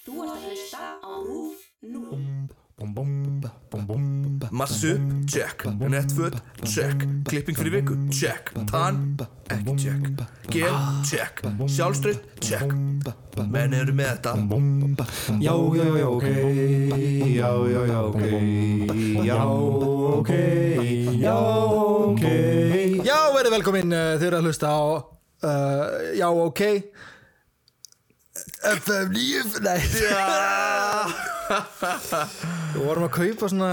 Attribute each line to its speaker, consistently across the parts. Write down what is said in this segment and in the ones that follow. Speaker 1: Þú ert að hlusta á RÚF 0.
Speaker 2: Mars upp, check Netföt, check Klipping fyrir viku, check Tann, ekki check Gel, check Sjálfströð, check Menn eru með þetta
Speaker 3: Já, já, já, ok Já, já, já, ok Já, ok Já, ok
Speaker 4: Já, verið velkomin, uh, þið eru að hlusta á uh, Já, ok FM 9 Nei, við vorum að kaupa svona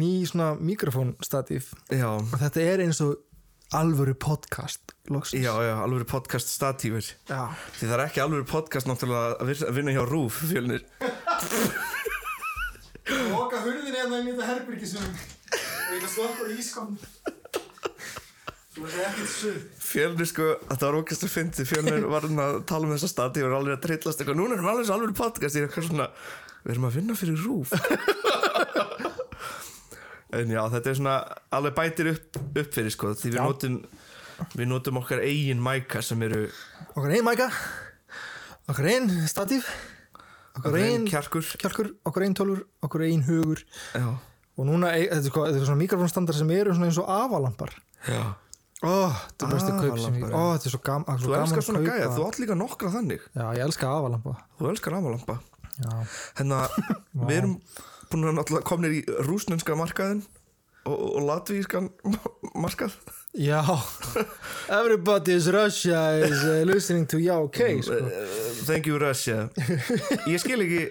Speaker 4: ný svona mikrofónstatíf
Speaker 2: Já,
Speaker 4: og þetta er eins og alvöru podcast loksins
Speaker 2: já, já, alveg podcast statífur
Speaker 4: Já.
Speaker 2: Því það er ekki alveg podcast náttúrulega að vir- að vinna hjá Rúf fjölnir
Speaker 5: Loka hurðin eða inn í þetta herbyrgi sem og ég slökk úr ískamni Þú veist ekkert suð
Speaker 2: Fjölnir sko, þetta var okkast að fyndi Fjölnir var hann að tala um þessa statífur alveg að trillast eitthvað, núna erum við alveg svo alveg podcast Ég er eitthvað svona, við erum að vinna fyrir Rúf En já, þetta er svona alveg bætir upp, upp fyrir sko Því við notum, við notum okkar eigin mæka sem eru
Speaker 4: Okkar einn mæka Okkar einn statíf Okkar einn
Speaker 2: kjarkur
Speaker 4: kjálkur Okkar einn tölur, okkar einn hugur
Speaker 2: Já,
Speaker 4: og núna, e- þetta er, sko, þetta er svona mikrofónstandar sem eru svona eins og afalampar
Speaker 2: já
Speaker 4: Ó, þetta er bestu kaup sem ég
Speaker 2: Afalampar, já.
Speaker 4: Ó, þetta er svo, gam, svo
Speaker 2: Þú
Speaker 4: gaman
Speaker 2: elskar svona
Speaker 4: að kaupa.
Speaker 2: gæja, þú átt líka nokkra þannig
Speaker 4: Já, ég elska afalampa
Speaker 2: Þú elskar ramalampa
Speaker 4: Já,
Speaker 2: Hérna, við erum búin að náttúrulega komnir í rúsnenska markaðin og, og latvískan markað
Speaker 4: Já. Everybody's Russia is uh, listening to Já, ok sko.
Speaker 2: Eh, Thank you Russia Ég skil ekki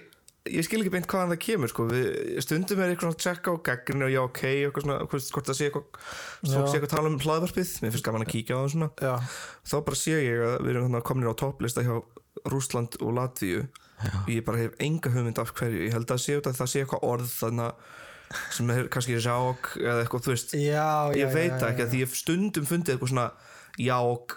Speaker 2: Ég skil ekki beint hvaðan það kemur sko. við stundum er eitthvað að checka á gaggrinni og já ok, eitthvað svona, hvort, hvort það sé eitthvað fólk sé eitthvað að tala um hlaðvarpið mér finnst gaman að kíkja á það svona
Speaker 4: Já,
Speaker 2: þá bara sé ég að við erum þannig komnir á topplista hjá Rúsland og Latvíu og ég bara hef enga hugmynd af hverju ég held að sé út að það sé eitthvað orð þannig að sem er kannski rák eða eitthvað þú veist
Speaker 4: já, já
Speaker 2: ég veit
Speaker 4: já,
Speaker 2: það
Speaker 4: já,
Speaker 2: ekki að því ég hef stundum fundið eitthvað svona ják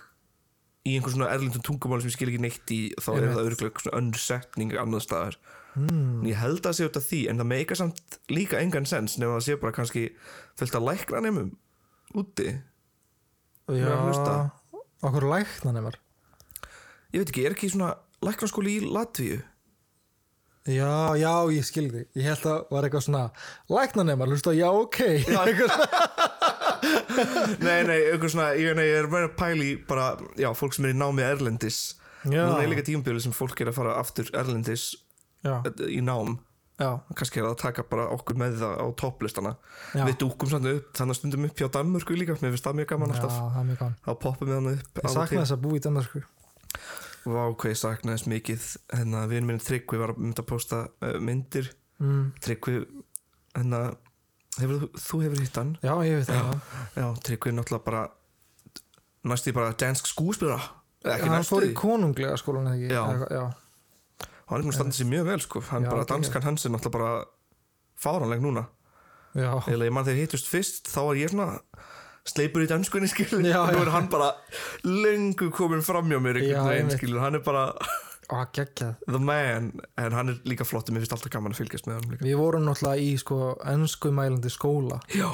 Speaker 2: í einhver svona erlindum tungumáli sem ég skil ekki neitt í þá er það örgulega svona önnur setning annað staðar
Speaker 4: Hmm.
Speaker 2: mm. ég held að það sé út af því en það meika samt líka engan sens nema það sé bara kannski fullt að lækra nefnum úti ég
Speaker 4: já,
Speaker 2: að hlusta.
Speaker 4: já, okkur læknan emar
Speaker 2: veit ekki, er ekki svona læknaskóli í Latvíu
Speaker 4: Já, já, ég skildi Ég held að var eitthvað svona Læknan emar, hlusta á Já, ok Eitthvað svona-
Speaker 2: Nei, nei, eitthvað svona, ég, nei, ég er meira að pæla í bara, já, fólk sem er í námi erlendis
Speaker 4: Já.
Speaker 2: Núna er líka tímabjölu sem fólk er að fara aftur erlendis
Speaker 4: Já,
Speaker 2: eh, í nám
Speaker 4: já,
Speaker 2: Kannski er það að taka bara okkur með það á topplistana
Speaker 4: Já.
Speaker 2: Við dúkum samt upp, þannig að stundum upp hjá Danmörku líka Mér finnst það mjög gaman
Speaker 4: já,
Speaker 2: alltaf
Speaker 4: það er mjög gaman
Speaker 2: Þá poppum við hann upp
Speaker 4: Ég sakna þess að búa í Danmarku
Speaker 2: Vá, hvað ég saknaði þess mikið Hennar, við erum minn Tryggvi var að mynda að posta uh, myndir mm. Tryggvi, hennar, hefur, þú- þú hefur hitt hann
Speaker 4: Já, ég veit það já.
Speaker 2: Já, Tryggvi er náttúrulega bara næstu í bara dansk skúspila ekki
Speaker 4: Hann
Speaker 2: næstu
Speaker 4: fór
Speaker 2: því,
Speaker 4: í konunglega skólan eða ekki
Speaker 2: Já.
Speaker 4: Eitthvað- já.
Speaker 2: hann er búin að standa sér mjög vel sko, hann
Speaker 4: Já,
Speaker 2: bara
Speaker 4: ok.
Speaker 2: danskan hans er náttúrulega bara fáranleg núna
Speaker 4: Já,
Speaker 2: eða ég mann þegar hittust fyrst þá var ég svona sleipur í danskunni skilur
Speaker 4: Já,
Speaker 2: nú
Speaker 4: já.
Speaker 2: er hann bara lengu komin fram hjá mér
Speaker 4: Já,
Speaker 2: einhvern veginn
Speaker 4: einmitt.
Speaker 2: skilur, hann er bara
Speaker 4: á, geggjað
Speaker 2: the man, en hann er líka flott og mér finnst alltaf gaman að fylgjast með hann líka
Speaker 4: Við vorum náttúrulega í sko ennsku mælandi skóla
Speaker 2: já,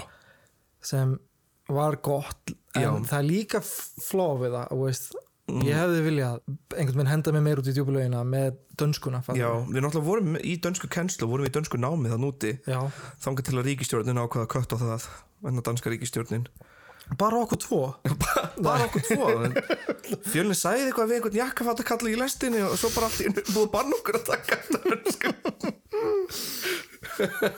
Speaker 4: sem var gott en
Speaker 2: Já. Mm.
Speaker 4: það er líka fló við það þú veist, ég hefði viljað einhvern veginn henda mig meir út í djúbulegina með dönskuna fattar
Speaker 2: já,
Speaker 4: við.
Speaker 2: við náttúrulega vorum í dönsku kennslu, vorum í dönsku námi þann úti
Speaker 4: já,
Speaker 2: þangað til að ríkistjórnin ákvaða að kötta það en að danska ríkistjórnin
Speaker 4: bara okkur tvo
Speaker 2: bara okkur tvo fjölni sagði eitthvað við einhvern jakkafata í lestinni og svo bara allt í einu búið að banna okkur að taka þetta, sko.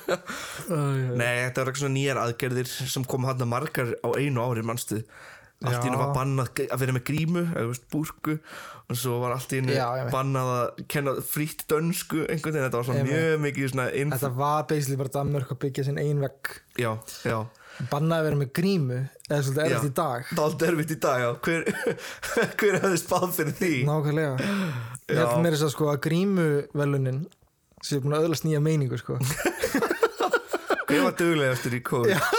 Speaker 2: nei þetta var eitthvað svona nýjar aðgerðir sem kom hann að margar á einu ári mannstu allt í einu
Speaker 4: Já.
Speaker 2: var bannað g- að vera með grímu eða þú veist, búrku og svo var allt í einu
Speaker 4: Já, ég veit.
Speaker 2: bannað að kenna frítt dönsku einhvern veginn þetta var svona
Speaker 4: Ég veit.
Speaker 2: mjög mikið svona inn...
Speaker 4: þetta var basically bara Danmörk að byggja sinn ein vegg
Speaker 2: já, já
Speaker 4: bannaði að vera með grímu eða svolítið
Speaker 2: Já.
Speaker 4: erfitt í dag
Speaker 2: Dálítið erfitt í dag, já Hver, hver hefði spáð fyrir því?
Speaker 4: nákvæmlega ég held mér þess að sko að grímuvelunin sem er búin að öðlast nýja meiningu sko
Speaker 2: Hver var duglegastur í COVID?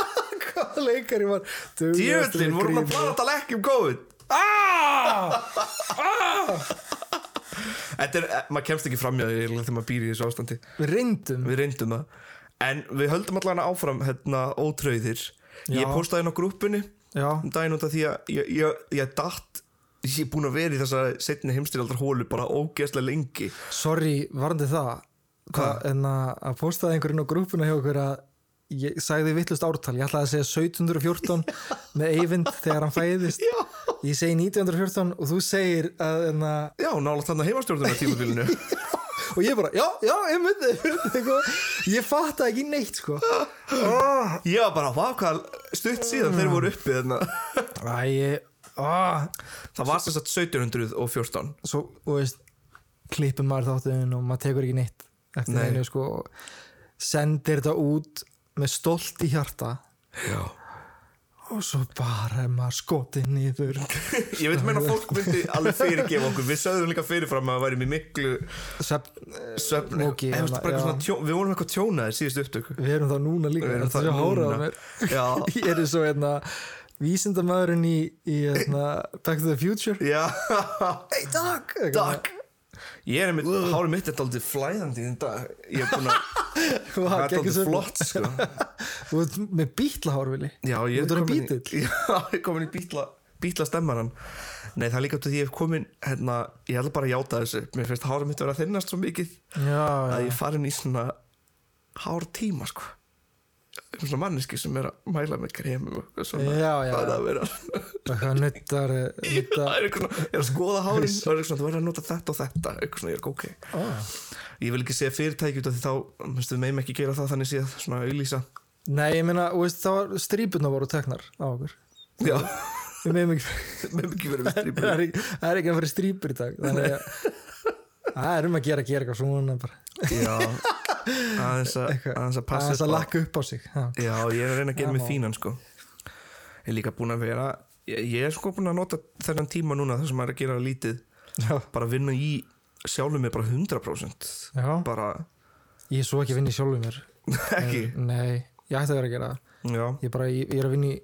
Speaker 4: hvað leikari var
Speaker 2: Djöfullin, vorum við að plana að tala ekki um COVID
Speaker 4: Ah!
Speaker 2: Þetta er, eh, maður kemst ekki framjá því eiginlega þegar maður býr í þessu ástandi
Speaker 4: við reyndum
Speaker 2: Við reyndum það En við höldum allan áfram hérna ótröðir Ég
Speaker 4: Já.
Speaker 2: postaði inn á grúppunni
Speaker 4: já,
Speaker 2: um daginn út af því að ég, ég, ég datt ég er búin að vera í þessa setni heimstyrjaldar hólu bara ógeðslega lengi
Speaker 4: Sorry, varandi það Hvað? En að, að postaði einhverjum á grúpuna hjá okkur að ég sagði vittlust ártal ég ætlaði að segja 1714 með Eyvind þegar hann fæðist
Speaker 2: Já.
Speaker 4: ég segi 1914 og þú segir að, en að
Speaker 2: Já, nála þannig heimastjórnum tímabilinu
Speaker 4: og ég bara, já, já, ég myndi eitthvað. ég fatta ekki neitt sko
Speaker 2: Ég var bara, vá, hvað stutt síðan þeir voru uppi þarna
Speaker 4: Æ, ég, á,
Speaker 2: Það var sem sagt 1714
Speaker 4: svo, þú veist klippum maður þáttuðin og maður tekur ekki neitt eftir
Speaker 2: Nei.
Speaker 4: neinu sko og sendir þetta út með stolt í hjarta
Speaker 2: Já
Speaker 4: og svo bara er maður skotið niður
Speaker 2: Ég veit meina að fólk myndi alveg fyrirgefa okkur Við sögðum líka fyrirfram að það væri mér miklu
Speaker 4: Svefn,
Speaker 2: söfni
Speaker 4: Ógeð,
Speaker 2: okay,
Speaker 4: já.
Speaker 2: tjón, Við vorum eitthvað tjónaðir síðustu upptöku
Speaker 4: við erum það núna líka
Speaker 2: Við erum
Speaker 4: þetta
Speaker 2: það
Speaker 4: er svo hárað á
Speaker 2: núna.
Speaker 4: mér.
Speaker 2: Já.
Speaker 4: ég er svo hérna vísindamæðurinn í, í hérna, Back to the Future
Speaker 2: Já
Speaker 4: hey Doc
Speaker 2: Takk Ég er einmitt, hárið mitt er daldið flæðandi í þinn dag Ég er búin að,
Speaker 4: Vá,
Speaker 2: það er
Speaker 4: geggjum
Speaker 2: daldið
Speaker 4: svefn.
Speaker 2: flott sko
Speaker 4: þú ert með bítlahár vilji
Speaker 2: Já,
Speaker 4: Þú
Speaker 2: ég
Speaker 4: ert orðinn
Speaker 2: kominn í-
Speaker 4: bítill?
Speaker 2: Já, ég er komin í bítla, bítla stemmaran Nei, það er líka út af því ég hef komin hérna, Ég ætla bara að játa þessu Mér finnst hárið mitt vera að þinnast svo mikið
Speaker 4: já,
Speaker 2: að
Speaker 4: já.
Speaker 2: ég farin í svona hár tíma sko um svona manneski sem er að mæla með kremum og eitthvað svona
Speaker 4: Já, já,
Speaker 2: Það er
Speaker 4: já.
Speaker 2: að vera
Speaker 4: eitthvað nuttar eh, nutta,
Speaker 2: Það er eitthvað svona, ég er að skoða hárin og er eitthvað svona, þú verður að nota þetta og þetta eitthvað svona, ég er ekki ok Ég vil ekki segja fyrirtæki út af því þá minnstu, við meim ekki gera það þannig séð, svona auglýsa
Speaker 4: nei ég meina þú veist, það var strípurna voru teknar á okkur
Speaker 2: Já,
Speaker 4: við meðum ekki
Speaker 2: meim ekki verið við
Speaker 4: það
Speaker 2: strípur
Speaker 4: er ekki- það er ekki að fyrir strípur í dag þannig að það er um að gera, gera eitthvað svona bara
Speaker 2: Já, aðeins að aðeins að passa
Speaker 4: aðeins að
Speaker 2: upp á-
Speaker 4: lakka upp á sig já.
Speaker 2: Já, ég er að reyna að gera mig fínan sko Ég er líka búin að vera ég, ég er sko búin að nota þennan tíma núna þar sem maður er að gera lítið
Speaker 4: Já.
Speaker 2: bara vinna í sjálfum mig bara 100%
Speaker 4: Já.
Speaker 2: bara
Speaker 4: ég er svo ekki að vinna í sjálfum mér Eh,
Speaker 2: ekki
Speaker 4: Nei, ég ætti að vera að gera það
Speaker 2: já,
Speaker 4: Ég, bara, ég, ég er að vinna í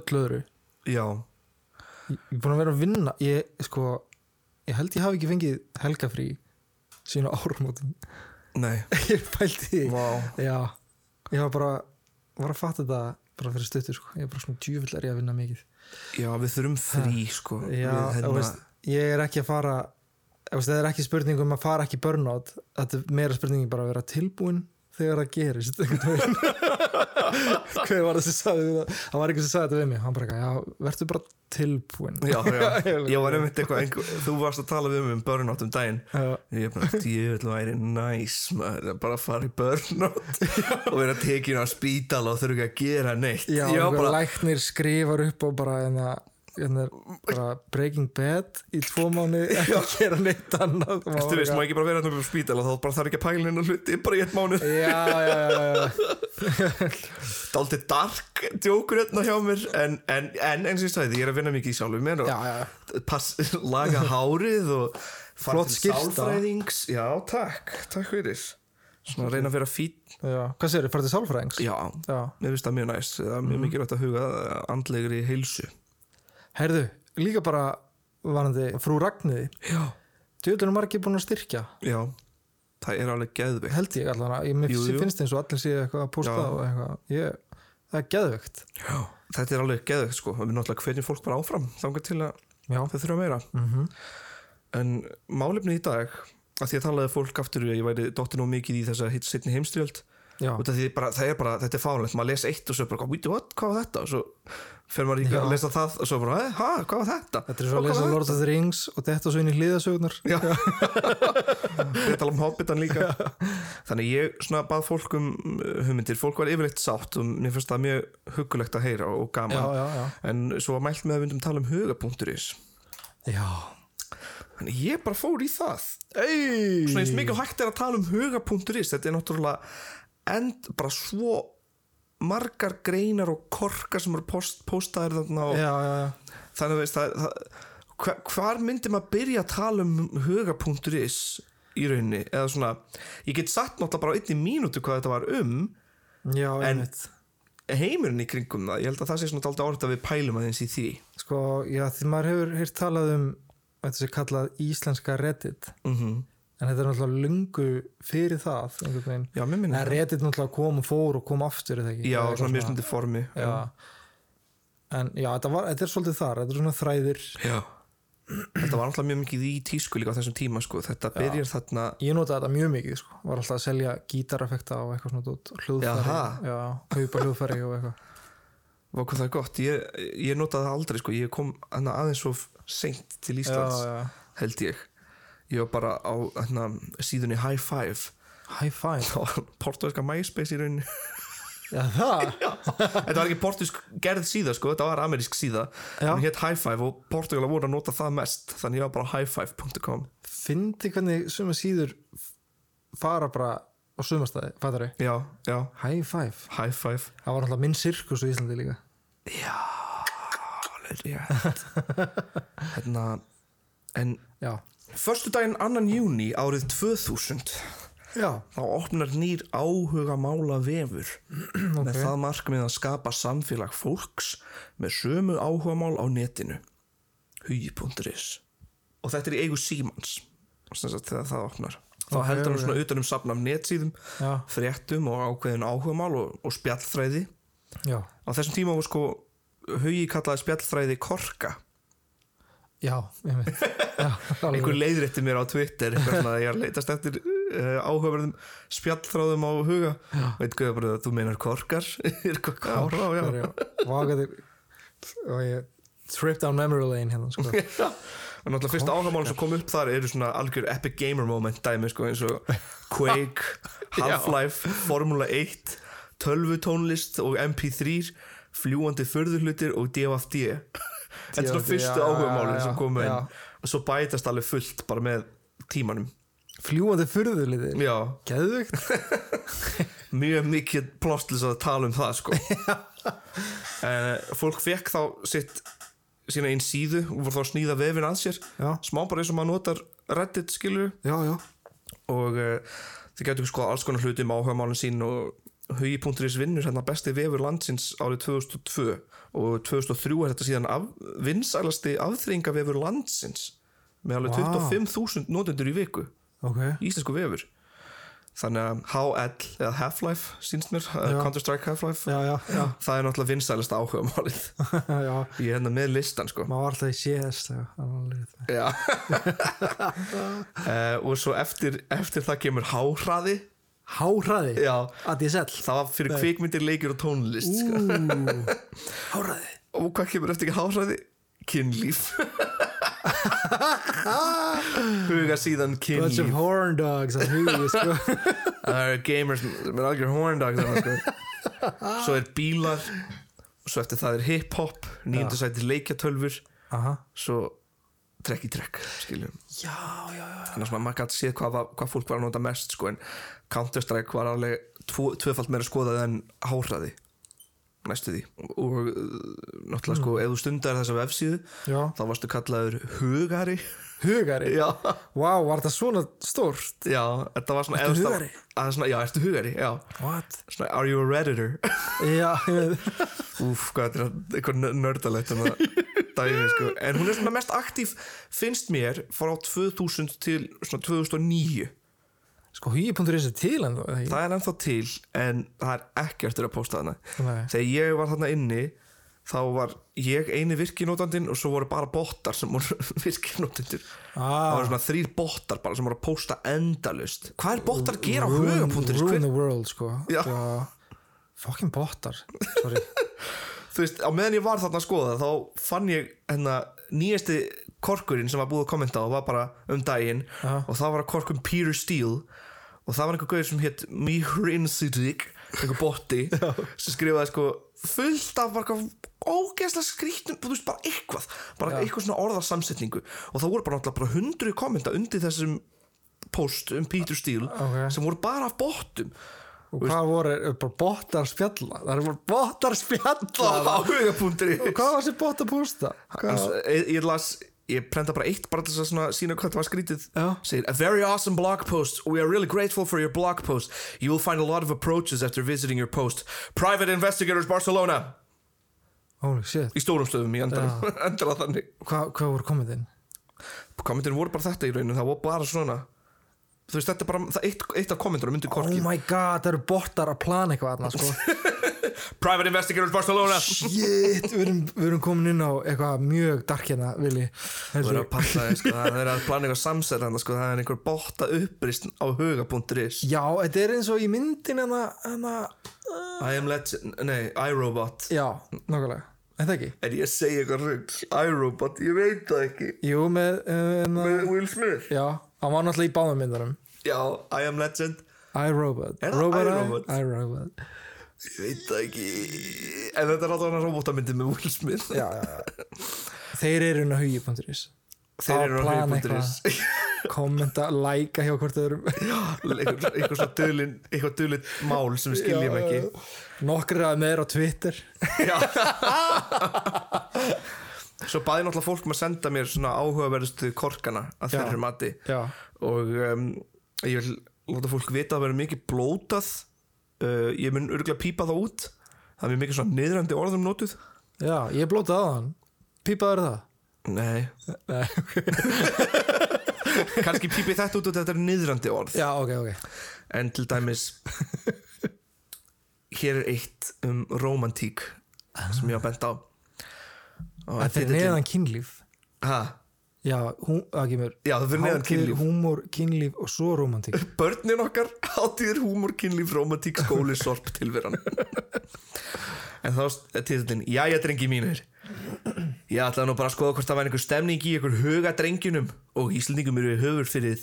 Speaker 4: öllu öðru Ég,
Speaker 2: já,
Speaker 4: ég er búin að vera að vinna Ég, sko, ég held ég hafi ekki fengið helgafrí sína árumótin
Speaker 2: nei
Speaker 4: Ég pælti því
Speaker 2: Vá.
Speaker 4: Já, ég var bara var að fatta þetta bara fyrir stöttur sko. Ég er bara svona djúvill er ég að vinna mikið
Speaker 2: já, við þurfum frí sko
Speaker 4: Eh, Já,
Speaker 2: við,
Speaker 4: þú veist, ég er ekki að fara þú veist, Það er ekki spurning um að fara ekki í burnout Þetta er meira spurning bara að vera tilbúin þegar það gerist einhvern veginn. hver var það sem sagði það það var einhver sem sagði þetta við mig hann bara, eitthvað, já, verður bara tilbúin
Speaker 2: já, já,
Speaker 4: ég vil-
Speaker 2: ég var einmitt eitthvað einhver, þú varst að tala við mig um burnout um daginn
Speaker 4: Já.
Speaker 2: ég er bara, djöfull væri næs maður, bara að fara í burnout og vera tekin á spítal og þurfa ekki að gera neitt
Speaker 4: já,
Speaker 2: ég var
Speaker 4: einhver
Speaker 2: bara,
Speaker 4: læknir skrifar upp og bara, en það bara breaking bad í tvo mánu ekki að gera neitt annað Og
Speaker 2: þú
Speaker 4: maður
Speaker 2: veist,
Speaker 4: bara,
Speaker 2: maður ekki bara vera þarna upp á spítal og þá bara þarf ekki að pæla hennar hluti bara í eitt mánuð
Speaker 4: já, já, já, já,
Speaker 2: daldið dark djókur hérna hjá mér en, en, en eins og ég sagði, ég er að vinna mikið í sjálfum mér og
Speaker 4: já, já, já.
Speaker 2: pass, laga hárið og fara
Speaker 4: Flott
Speaker 2: til
Speaker 4: skyrta.
Speaker 2: sálfræðings já, takk, takk fyrir svona að reyna að vera fít
Speaker 4: já. hvað segir þið, farið til sálfræðings?
Speaker 2: já,
Speaker 4: já.
Speaker 2: mér finnst það mjög næst það er mjög mikilvægt að huga að andlegri heilsu
Speaker 4: herðu, líka bara varandi frú Ragniði
Speaker 2: já,
Speaker 4: djöðlunum margir búin að styrkja
Speaker 2: já það er alveg geðveikt
Speaker 4: held ég allan að, ég mér
Speaker 2: Jú, jú.
Speaker 4: finnst eins og allir séu eitthvað að posta
Speaker 2: Já.
Speaker 4: og eitthvað ég, það er geðvögt
Speaker 2: já. þetta er alveg geðveikt sko við náttúrulega hvernig fólk bara áfram þangar til að
Speaker 4: já,
Speaker 2: þau þurfa meira
Speaker 4: Mhm.
Speaker 2: en málefni í dag að því að talaði fólk aftur að ég væri dottin og mikið í þessa hitt setni heimstyrjöld
Speaker 4: já.
Speaker 2: út af því bara, það er bara, þetta er fálegt maður les eitt og svo bara, "Wait, what, hvað var þetta og svo fer maður líka að lesa það og svo bara, "Eh, ha, hvað var þetta
Speaker 4: Þetta er svo að
Speaker 2: Og hvað
Speaker 4: lesa
Speaker 2: var
Speaker 4: Lord of the Rings og þetta svo inn í hliðasögnar
Speaker 2: Já. þetta tala um hobbitan líka þannig ég svona bað fólk um uh, hugmyndir, fólk var yfirleitt sátt og mér finnst það mjög huggulegt að heyra og gaman
Speaker 4: Já, já, já.
Speaker 2: en svo var mælt með að við myndum tala um hugapunkturis
Speaker 4: Já.
Speaker 2: þannig ég bara fór í það
Speaker 4: Ey.
Speaker 2: svona eins mikið og hægt er að tala um huga.is þetta er náttúrulega end bara svo margar greinar og korkar sem eru post, postaðir þarna og
Speaker 4: Já, já, já.
Speaker 2: þannig að veist það, það hva, hvar myndi maður byrja að tala um huga.is í rauninni eða svona, ég get sagt náttúrulega bara á einni mínútu hvað þetta var um
Speaker 4: Já,
Speaker 2: en
Speaker 4: einmitt.
Speaker 2: heimurinn í kringum það ég held að það sé svona dálítið áhrif að við pælum aðeins í því
Speaker 4: Sko, já, því maður hefur heyrt talað um þetta sem er kallað íslenska Reddit
Speaker 2: mm -hmm.
Speaker 4: en þetta er náttúrulega lungu fyrir það einhvern veginn.
Speaker 2: já, mér
Speaker 4: En
Speaker 2: minni það.
Speaker 4: Reddit náttúrulega kom og fór og kom aftur, er það ekki?
Speaker 2: já,
Speaker 4: Eða eitthvað
Speaker 2: svona mjög stundi formi
Speaker 4: Já. En já, þetta, var, þetta er svolítið þar, þetta er svona þræðir
Speaker 2: já, þetta var alltaf mjög mikið í tísku líka á þessum tíma sko. þetta byrjar þarna
Speaker 4: Ég notaði þetta mjög mikið sko, var alltaf að selja gítareffekta og eitthvað svona dót, hljóðfæri,
Speaker 2: Jaha.
Speaker 4: já, kaupa hljóðfæri og eitthvað.
Speaker 2: var hvað það er gott, ég, ég notaði það aldrei sko. ég kom hana, aðeins svo seint til
Speaker 4: Já,
Speaker 2: Íslands
Speaker 4: já.
Speaker 2: held ég ég var bara á hana, síðunni High Five
Speaker 4: High five.
Speaker 2: það var portugalska MySpace í rauninu
Speaker 4: Já, það?
Speaker 2: þetta var ekki portugalsk gerð síða sko, þetta var amerísk síða
Speaker 4: Já.
Speaker 2: hún hétt High Five og portugala voru að nota það mest þannig ég var bara highfive.com
Speaker 4: Fyndi hvernig suma síður fara bara á sumastæði, fattar ég?
Speaker 2: já, já,
Speaker 4: High five.
Speaker 2: High Five
Speaker 4: Það var alltaf minn sirkus á Íslandi líka.
Speaker 2: alveg rétt hérna en
Speaker 4: Já.
Speaker 2: förstu daginn annan júni árið 2000
Speaker 4: Já,
Speaker 2: þá opnar nýr áhuga mála vefur með það markmið að skapa samfélag fólks með sömu áhuga mál á netinu hugi.is og þetta er í eigu símans þegar það opnar þá
Speaker 4: Ok,
Speaker 2: heldur hann
Speaker 4: ok.
Speaker 2: svona utan um safn af netsíðum
Speaker 4: já,
Speaker 2: fréttum og ákveðin áhuga mál og, og spjallfræði
Speaker 4: já,
Speaker 2: á þessum tíma var sko hugi kallaði spjallfræði korka
Speaker 4: já, ég veit. Já, alveg.
Speaker 2: einhver leiðrétti mér á Twitter eitthvað svona að ég er að leitast eftir uh, áhugaverðum spjallþráðum á huga veit hvað bara að þú meinar korkar er hvað korkar, já, já.
Speaker 4: Vágaði, og ég trip down memory lane hérna, sko.
Speaker 2: og náttúrulega fyrsta áhugamál sem kom upp þar eru svona algjör epic gamer moment dæmi sko eins og Quake, Half-Life, Formula 1 tölvutónlist og MP3 fljúandi förðurhlutir og DFD þetta er svona
Speaker 4: DFD,
Speaker 2: fyrstu
Speaker 4: já,
Speaker 2: áhugamálin
Speaker 4: já,
Speaker 2: sem
Speaker 4: já,
Speaker 2: komu
Speaker 4: já.
Speaker 2: inn og svo bætast alveg fullt bara með tímanum
Speaker 4: Fljúandi furðuliðir.
Speaker 2: já
Speaker 4: Geðvögt.
Speaker 2: mjög mikið plástlýs að tala um það sko. uh, fólk fekk þá sitt sína einn síðu og voru þá að snýða vefin að sér
Speaker 4: Já.
Speaker 2: smá bara eins og maður notar reddit skilur
Speaker 4: Já, já.
Speaker 2: og uh, þið getur sko alls konar hluti um áhugamálin sín og hugi.is vinnur hérna besti vefur landsins árið 2002 og 2003 er þetta síðan af, vinsælasti afþringa vefur landsins með alveg
Speaker 4: Vá.
Speaker 2: 25.000 notendur í viku
Speaker 4: Ok.
Speaker 2: íslensku vefur þannig að HL eða Half-Life sínst mér, uh,
Speaker 4: Já.
Speaker 2: Counter-Strike Half-Life
Speaker 4: Já, já, já,
Speaker 2: það er náttúrulega vinsælasta áhuga málið
Speaker 4: já.
Speaker 2: ég er hérna með listan sko
Speaker 4: Maður var alltaf í CS, já. það var alveg-
Speaker 2: Já uh, og svo eftir, eftir það kemur háhraði
Speaker 4: Háhraði?
Speaker 2: já,
Speaker 4: ADSL?
Speaker 2: það var fyrir kvikmyndir, leikir og tónlist sko.
Speaker 4: Háhraði?
Speaker 2: og hvað kemur eftir háhraði? kynlíf huga síðan
Speaker 4: Bunch of
Speaker 2: kynlíf
Speaker 4: horn dogs að hugi, sko.
Speaker 2: það eru gamers með algjör horndag þarna, sko. svo er bílar svo eftir það er hip-hop nýjöndu sæti leikjatölfur
Speaker 4: Aha.
Speaker 2: svo trekk í trekk skiljum
Speaker 4: Já, já, já.
Speaker 2: þannig að maður gæti séð hvað, var- hvað fólk var að nota mest sko, en Counter-Strike var alveg tvo, tvöfalt meira skoðað en háræði næstu því og uh, náttúrulega
Speaker 4: Hmm.
Speaker 2: sko ef þú stundar þessa vefsíðu
Speaker 4: Já.
Speaker 2: þá varstu kallaður hugari
Speaker 4: Hugari?
Speaker 2: já,
Speaker 4: Vá, var það svona stórt?
Speaker 2: já þetta var svona
Speaker 4: Ertu
Speaker 2: ef þú stað-
Speaker 4: hugari?
Speaker 2: að svona, já, ertu hugari, já
Speaker 4: What?
Speaker 2: svona, are you a redditor
Speaker 4: Já, ég veit.
Speaker 2: Úf, hvað þetta er eitthvað nördalegt um dæmi, sko. En hún er svona mest aktíf, finnst mér, frá 2000 til svona 2009.
Speaker 4: Sko, hugi.is er til en það, ekki?
Speaker 2: Það er ennþá til, en það er ekki eftir að posta þarna.
Speaker 4: Nei.
Speaker 2: Þegar ég var þarna inni, þá var ég eini virkinótandinn og svo voru bara bottar sem voru virkinótendur. Það
Speaker 4: Ah,
Speaker 2: voru svona þrýr bottar bara sem voru að posta endalust. Hvað er bottar að gera á huga.is?
Speaker 4: Ruin
Speaker 2: Hver-
Speaker 4: the world, sko.
Speaker 2: Já.
Speaker 4: Fucking bottar. Sorry.
Speaker 2: þú veist, á meðan ég var þarna að skoða þá fann ég hérna nýjasti korkurinn sem var búið að kommenta og var bara um daginn
Speaker 4: Já.
Speaker 2: og það var að korkum Peter Steele og það var einhver gauður sem hétt Mihrin Siddiq, einhver botti sem skrifaði sko fullt af bara eitthvað ógeðslega skrýttum þú veist, bara eitthvað, bara eitthvað svona orðarsamsetningu og það voru bara náttúrulega bara hundru kommenta undir þessum post um Peter Steele
Speaker 4: Ok.
Speaker 2: sem voru bara af bottum
Speaker 4: Og hvað voru, er bara bottar spjalla? Það eru bara bottar spjalla.
Speaker 2: á hugapunktur
Speaker 4: Og hvað var þessi bott að posta?
Speaker 2: Hans,
Speaker 4: Hvað?
Speaker 2: ég, eh, ég las ég prenta bara eitt bara til þess að svona sína hvað það var skrítið
Speaker 4: Já.
Speaker 2: segir a very awesome blog post we are really grateful for your blog post you will find a lot of approaches after visiting your post private investigators Barcelona
Speaker 4: Holy shit.
Speaker 2: í stórum stöðum í endanum endala þannig
Speaker 4: Hvað hvað voru komið inn?
Speaker 2: kommentin voru bara þetta í rauninu það voru bara svona þú veist þetta er bara það, eitt, eitt af kommentunum myndi
Speaker 4: Oh
Speaker 2: korkið
Speaker 4: my god, það eru bottar að plana eitthvað þarna, sko.
Speaker 2: Private Investigators Barcelona
Speaker 4: Shit, við erum, við erum komin inn á eitthvað mjög dark hérna, Vili
Speaker 2: Það er að passa þig, sko, það er að plana eitthvað samsæð hann, sko, það er einhver bóta upprist á huga.is
Speaker 4: Já, þetta er eins og í hérna, myndin hana, hana,
Speaker 2: I am legend, nei, iRobot
Speaker 4: Já, nákvæmlega, er það ekki?
Speaker 2: En ég segi eitthvað rögg, iRobot, ég veit það ekki
Speaker 4: Jú, með, uh,
Speaker 2: Með
Speaker 4: hana,
Speaker 2: Will Smith
Speaker 4: Já, hann var náttúrulega í báðum myndunum
Speaker 2: Já, I am legend,
Speaker 4: iRobot
Speaker 2: Er það
Speaker 4: Robot
Speaker 2: iRobot?
Speaker 4: I- iRobot
Speaker 2: ég veit það ekki En þetta er alltaf hann robotamyndi með Will Smith
Speaker 4: Já, já, já Þeir eru inn á hugi.is
Speaker 2: Þeir eru á
Speaker 4: plan
Speaker 2: hugi.is.
Speaker 4: eitthvað, Kommenta, læka hjá hvort öðrum
Speaker 2: Eitthvað eitthvað svona dulin, eitthvað dulin mál sem við skiljum
Speaker 4: Já,
Speaker 2: ekki
Speaker 4: já, já. Nokkrir að með er á Twitter
Speaker 2: Já Svo baði náttúrulega fólk með að senda mér svona áhugaverðustu korkana að
Speaker 4: Já.
Speaker 2: þeirri mati
Speaker 4: Já,
Speaker 2: og um, ég vil láta fólk vita að það verður mikið blótað uh, ég mun örgulega pípa það út það er mikið svona niðrandi orðum notuð
Speaker 4: já, ég blótaði á hann Pípaður það?
Speaker 2: Nei
Speaker 4: Nei,
Speaker 2: Kanski pípi þetta út og þetta er niðrandi orð
Speaker 4: Já, ok, ok
Speaker 2: en til dæmis hér er eitt um romantík sem ég var bent á og
Speaker 4: Þetta er Ah. neðan kynlíf
Speaker 2: ha,
Speaker 4: Já, hún, það kemur
Speaker 2: Já, það fyrir neðan
Speaker 4: Hátíð,
Speaker 2: kynlíf
Speaker 4: húmor, kynlíf og svo romantík
Speaker 2: Börnin okkar, hátíður, húmor, kynlíf, romantík, skóli, sorp, tilveran En þá er titillin Jæja, drengi mínir Ég ætlaði nú bara að skoða hvort það væri einhver stemning í einhver huga drengjunum og Íslendingum eru höfur fyrir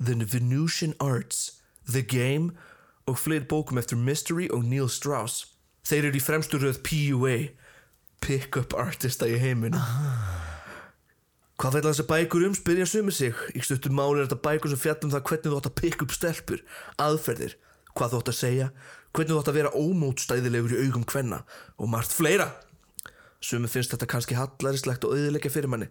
Speaker 2: The Venusian Arts, The Game og fleiri bókum eftir Mystery og Neil Strauss Þeir eru í fremstu röð PUA Pick-up artista í heiminum Hvað ætla þessi bækur um spyrja sumir sig? Í stuttum máli er þetta bækur sem fjallum það hvernig þú átt að pikka upp stelpur, aðferðir, hvað þú átt að segja, hvernig þú átt að vera ómótstæðilegur í augum hvenna og margt fleira. Sumir finnst þetta kannski hallærislegt og auðilegja fyrir manni.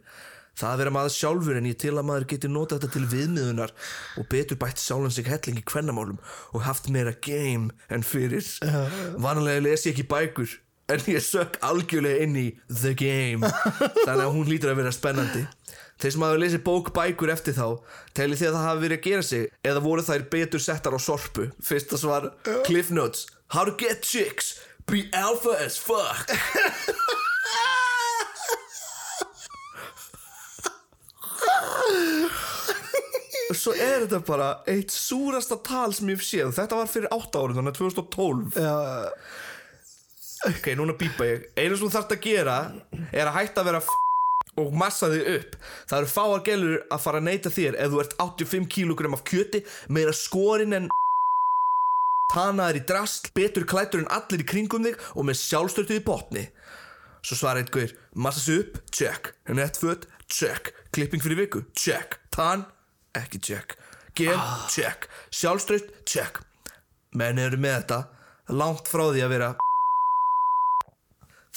Speaker 2: Það að vera maður sjálfur en ég til að maður geti notað þetta til viðmiðunar og betur bætt sjálfan sig helling í kvennamálum og haft meira game en fyrir. Vanalega les ég ekki bækur en ég sök algjörlega inn í the game þannig að hún lítur að vera spennandi. Þeir sem hafa lesið bók bækur eftir þá, telið því að það hafi verið að gera sig eða voru þær betur settar á sorpu. Fyrsta svar, Cliff Notes, How to get chicks, be alpha as fuck. Svo er þetta bara eitt súrasta tal sem ég hef séð Þetta var fyrir 8 árum, þannig að 2012
Speaker 4: Já,
Speaker 2: Ok, núna býpa ég Einu sem þú þarft að gera er að hætta að vera f og massa þig upp Það eru fáar gelur að fara að neyta þér ef þú ert 85 kg af kjöti meira skorinn en tanaðar í drast, betur klætur en allir í kringum þig og með sjálfstörtu í botni Svo svarar einn guður Massa sig upp, check Netföt, check Klipping fyrir viku, check Tan, ekki check Gen, check Sjálfstraut, check Menn eru með þetta Langt frá því að vera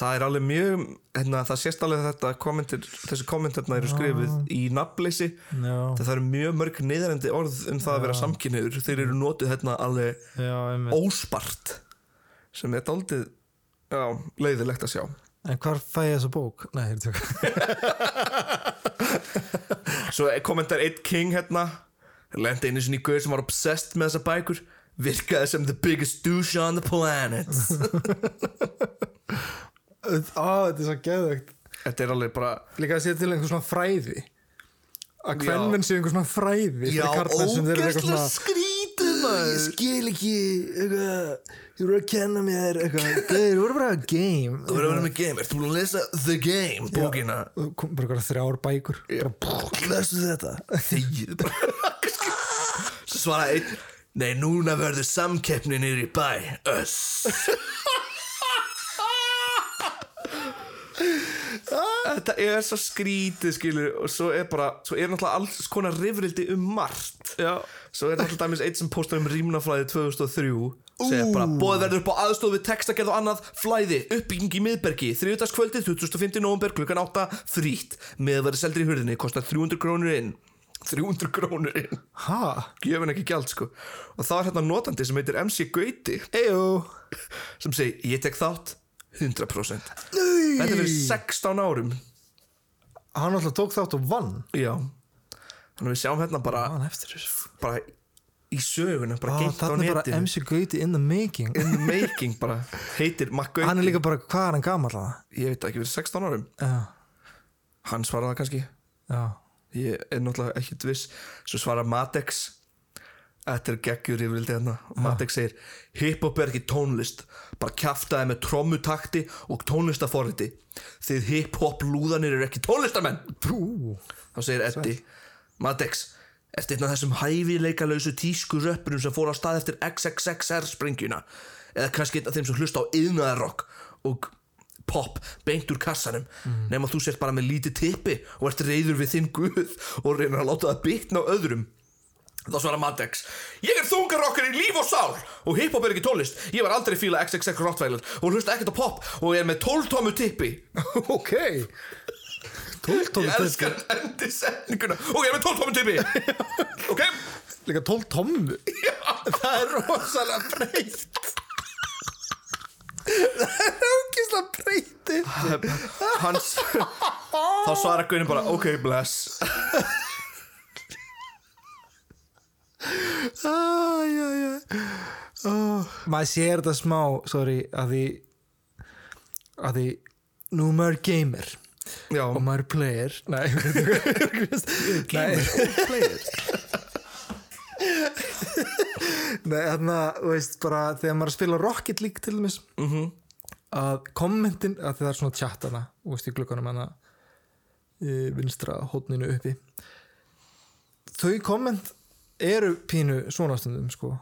Speaker 2: Það er alveg mjög hérna, Það sést alveg þetta kommentir, Þessi kommentarna eru skrifuð í nafnleysi
Speaker 4: já,
Speaker 2: Það eru mjög mörg neyðarendi orð um það að vera samkynniður Þeir eru notuð hérna alveg
Speaker 4: já, einmitt
Speaker 2: óspart Sem er daldið Já, leiðilegt að sjá
Speaker 4: En hvar fæ ég þessa bók? Nei, ég er tjók
Speaker 2: Svo kommentar Ed King hérna Lendi einu sinni í guður sem var obsessed með þessa bækur Virkaði sem the biggest douche on the planet
Speaker 4: Á, þetta er svo geðvögt
Speaker 2: Þetta er alveg bara
Speaker 4: Líka að sé til einhver svona fræði Að
Speaker 2: Já.
Speaker 4: kvenmenn séu einhver svona fræði
Speaker 2: Já,
Speaker 4: fyrir karlmenn sem þeir eru eitthvað
Speaker 2: ógeðslega
Speaker 4: svona-
Speaker 2: skrítið maður
Speaker 4: skil ekki eitthvað, þú voru að kenna mér eitthvað, þau voru bara að game
Speaker 2: Þú verður að vera með game, ertu búin að lesa The Game bókina?
Speaker 4: og kom bara eitthvað þrjár bækur bara, brrr, lestu þetta
Speaker 2: Þegið bara Svo svaraði einn Nei, núna verður samkeppni niður í bæ Öss Þetta er svo skrítið skilur og svo er bara, svo er náttúrulega alls konar rifrildi um margt Já. svo er náttúrulega dæmis eitt sem postar um rýmnaflæði 2003 segir bara, bóðið verður upp á aðstof við textagerð og annað flæði, uppbygging í miðbergi þriðudagskvöldi, 25. november, klukkan 8 frýtt, meðverði seldur í hurðinni kostar 300 krónur inn 300 krónur inn,
Speaker 4: ha,
Speaker 2: gefin ekki gjald sko og þá er hérna notandi sem heitir MC Gauti
Speaker 4: eyjó
Speaker 2: sem segir, ég tek þátt 100% Þetta er fyrir 16 árum
Speaker 4: hann alltaf tók þátt og vann Ah.
Speaker 2: Já Þannig að við sjáum hérna bara,
Speaker 4: hann eftir þessu
Speaker 2: bara í söguna bara
Speaker 4: Ó,
Speaker 2: geitt á
Speaker 4: Ah, Þarna er bara
Speaker 2: netinu
Speaker 4: MC Gauti in the making
Speaker 2: in the making bara heitir Makkauti
Speaker 4: Hann er líka bara, hvað er hann gamall að það?
Speaker 2: ég veit ekki, verið 16 árum
Speaker 4: Já,
Speaker 2: hann svaraði það kannski
Speaker 4: já
Speaker 2: ég er náttúrulega ekkert viss svo svarar Matex þetta er geggjur yfirvildi hérna Matex segir hiphop er ekki tónlist bara kjaftaði með trommutakti og tónlistaforriti þið hiphop lúðanir eru ekki tónlistamenn
Speaker 4: Ú,
Speaker 2: þá segir Eddi Matex Ertu einn af þessum hæfileikalausu tísku röppurum sem fór á stað eftir XXXR sprengjuna eða kannski einn af þeim sem hlusta á yðnaðarrock og pop beint úr kassanum nema þú sért bara með lítið tippi og ert reyður við þinn guð og reynir að láta það bytna á öðrum Þá svarar Matex Ég er þungarokkar í líf og sál Og hiphop er ekki tónlist Ég var aldrei fíla XXX Rottweiler Og hlusta ekkert á pop Og er með 12 tómu tippi
Speaker 4: ok Tóltómi
Speaker 2: Ég
Speaker 4: tippi
Speaker 2: elskar endi setninguna Og ég er með 12 tómu tippi Ok
Speaker 4: Líka tóltómi
Speaker 2: Já.
Speaker 4: Það er rosalega breytt Það er ógislega breytt upp.
Speaker 2: Hans Þá svarar Gunni bara Ok bless
Speaker 4: Æ, já, já oh. Maður sér þetta smá, sorry að því að því, nú er maður gamer
Speaker 2: Já
Speaker 4: og maður er player Nei, gamer
Speaker 2: Player
Speaker 4: Nei, þarna, þú veist, bara þegar maður er að spila Rocket League til dæmis að kommentin, að það er svona tjattana þú veist, í glukkanum hana í vinstra hótninu uppi þau komment eru pínu svona stundum, sko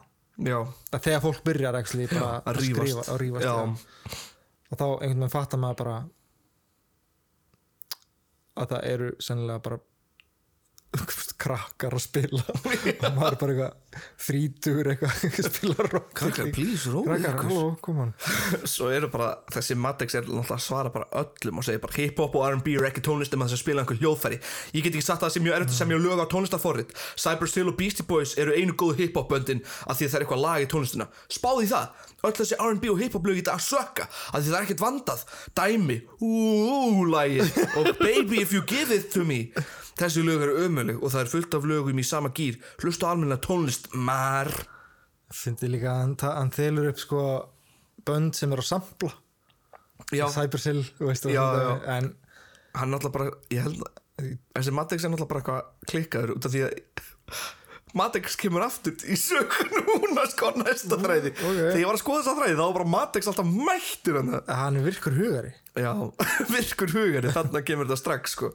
Speaker 2: Já
Speaker 4: að þegar fólk byrjar actually, bara
Speaker 2: að rífast.
Speaker 4: skrifa, að rífast
Speaker 2: Já.
Speaker 4: já. og þá einhvern veginn fattar maður bara að það eru sennilega bara krakkar að spila og maður er bara eitthvað þrítur eitthvað að spila rock
Speaker 2: Krakkar, please, róið
Speaker 4: krakkar,
Speaker 2: ykkur.
Speaker 4: halló, kom hann
Speaker 2: Svo eru bara Þessi Matex er náttúrulega að svara bara öllum Og segir bara hiphop og R&B er ekki tónlist En maður þess að spila einhver hljóðfæri Ég get ekki sagt að það sé mjög erfitt að semja lög á tónlistaforrit Cyber Steel og Beastie Boys eru einu góð hiphop böndin Af því það er eitthvað lag í tónlistina Spáði það Öll þessi R&B og hiphop lög í dag sökka Af því það er ekkert vandað Dæmi Úúlægi Og Baby If You Give It To Me Þessi lög eru ömuleg Og það er fullt af lögum í sama gýr Hlusta almenna tónlist Mar
Speaker 4: fyndi líka að hann, ta- hann þelur upp sko bönd sem er á sampla
Speaker 2: Já,
Speaker 4: Cybersill, þú veist og
Speaker 2: Já,
Speaker 4: þetta, en
Speaker 2: hann náttúrulega bara ég held að þessi Matex er náttúrulega bara eitthvað klikkaður út af því að Matex kemur aftur í sökun núna sko næsta þræði þegar ég var að skoða þessa þræði þá var bara Matex alltaf mættur hann
Speaker 4: hann er virkur hugari
Speaker 2: já, virkur hugari þarna kemur þetta strax sko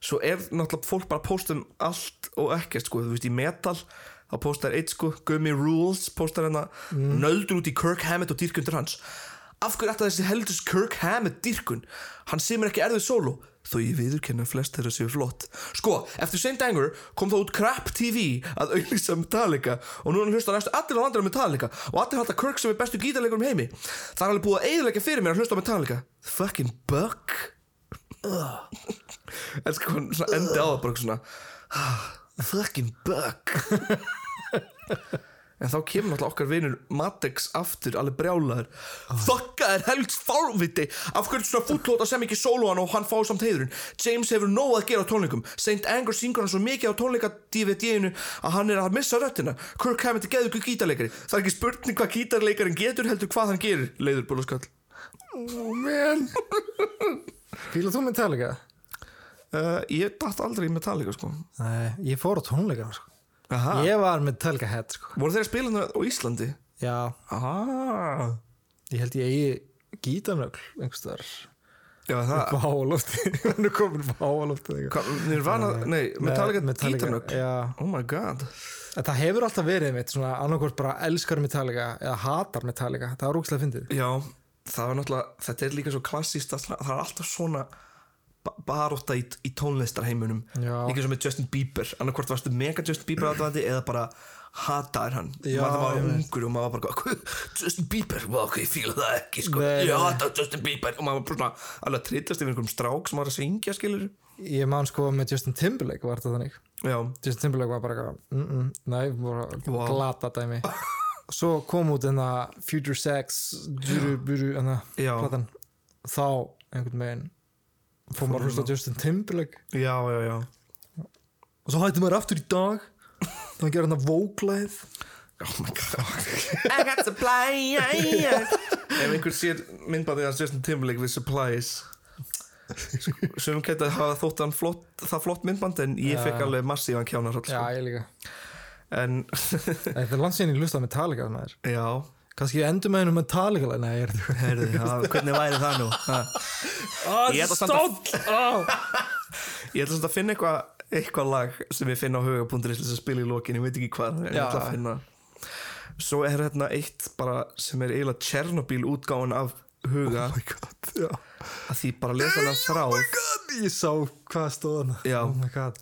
Speaker 2: svo er náttúrulega fólk bara að pósta um allt og ekkert sko, þú veist í metal þá póstar eitt sko, Gummy Rules póstar hérna, nöldur út í Kirk Hammett og dýrkundur hans af hverju ætti þessi heldus Kirk Hammett dýrkun hann semur ekki erfið solo þó ég viðurkenna að flest þeirra séu flott sko, eftir Saint Anger kom þá út Crap TV að auðvisa Metallica og nú er hann hlusta næstu allir á landur á Metallica og allir halda Kirk sem er bestu gítarleikurum í heimi það er alveg búið að eigðlega fyrir mér að hlusta á Metallica fucking buck elsku hún sko, svona endi á það bara eitthvað svona "Ah, fucking bug en þá kemur náttúrulega okkar vinur Matex aftur alveg brjálaður þokka er helst fárviti af hverju svona fútlóta sem ekki sólóan og hann fá samt heiðurinn James hefur nóg að gera á tónleikum St. Anger syngur hann svo mikið á tónleika DVD-inu að hann er að missa röttina Kirk Hammett er geðugur gítarleikari það er ekki spurning hvað gítarleikarin getur heldur hvað hann gerir leiður búlaskall
Speaker 4: oh man fílar þú Metallica?
Speaker 2: uh, ég datt aldrei í Metallica sko
Speaker 4: Nei, ég fór á tónleikana sko.
Speaker 2: Aha.
Speaker 4: ég var Metallica head sko.
Speaker 2: voru þeir að spila hann á Íslandi?
Speaker 4: já,
Speaker 2: Ah,
Speaker 4: ég held ég eigi gítanögl einhverstaðar
Speaker 2: já það
Speaker 4: upp á hálófti hann er komin upp á hálófti
Speaker 2: Hva, Nirvana, nei, Metallica, Metallica gítarnögg
Speaker 4: já.
Speaker 2: Oh my god
Speaker 4: En það hefur alltaf verið mitt svona annarkvort bara elskar Metallica eða hatar Metallica það er rúkslega fyndið
Speaker 2: Já, það var náttúrulega, þetta er líka svo klassíst að það er alltaf svona ba- barátta í, í tónlistarheimunum
Speaker 4: Já.
Speaker 2: Líka svo með Justin Bieber annarkvort varstu mega Justin Bieber aðdæðandi eða bara hataðir hann
Speaker 4: Já,
Speaker 2: maður var
Speaker 4: ég veit.
Speaker 2: ungur og maður var bara "Hvað, Justin Bieber, vá, ok, ég fíla það ekki sko.
Speaker 4: Nei,
Speaker 2: ég
Speaker 4: nei.
Speaker 2: hata Justin Bieber og maður var bara svona alveg að trillast yfir einhverjum strák sem var að syngja skilur
Speaker 4: ég man sko með Justin Timberlake var þetta þannig
Speaker 2: Já,
Speaker 4: Justin Timberlake var bara eitthvað mm -mm, nei, bara
Speaker 2: Vá.
Speaker 4: glata dæmi svo kom út enna Future Sex djúru, búru, enna
Speaker 2: Já.
Speaker 4: platan þá einhvern veginn fór maður að hlusta á Justin Timberlake
Speaker 2: já, já, já
Speaker 4: og svo hætti maður aftur í dag þannig að gera hann að vóklaðið
Speaker 2: Oh my god I got supply Ef einhver sér myndbandið hans Justin Timberlake við supplies Sjöfum gæti að hafa þótt hann flott, það flott myndband en ég fekk alveg massívan kjánar sko.
Speaker 4: ég líka
Speaker 2: En
Speaker 4: Það er landsýn ég hlusta á Metallica maður
Speaker 2: já
Speaker 4: Kanski ég endur með hennu Metallica lag, Nei, ég er
Speaker 2: Herðu, já, hvernig væri það nú? Ha? Ég ætla samt að-
Speaker 4: Oh
Speaker 2: Ég ætla samt að finna eitthvað eitthvað lag sem ég finna á huga.is til þess að spila í lokin, ég veit ekki hvað en ég
Speaker 4: Já.
Speaker 2: ætla að finna Svo er hérna eitt bara sem er eiginlega Tjernobyl útgáin af huga
Speaker 4: Oh my god, já
Speaker 2: að því bara lesa hana þráð
Speaker 4: God, Ég sá hvað stóð hann
Speaker 2: Já.
Speaker 4: Oh my god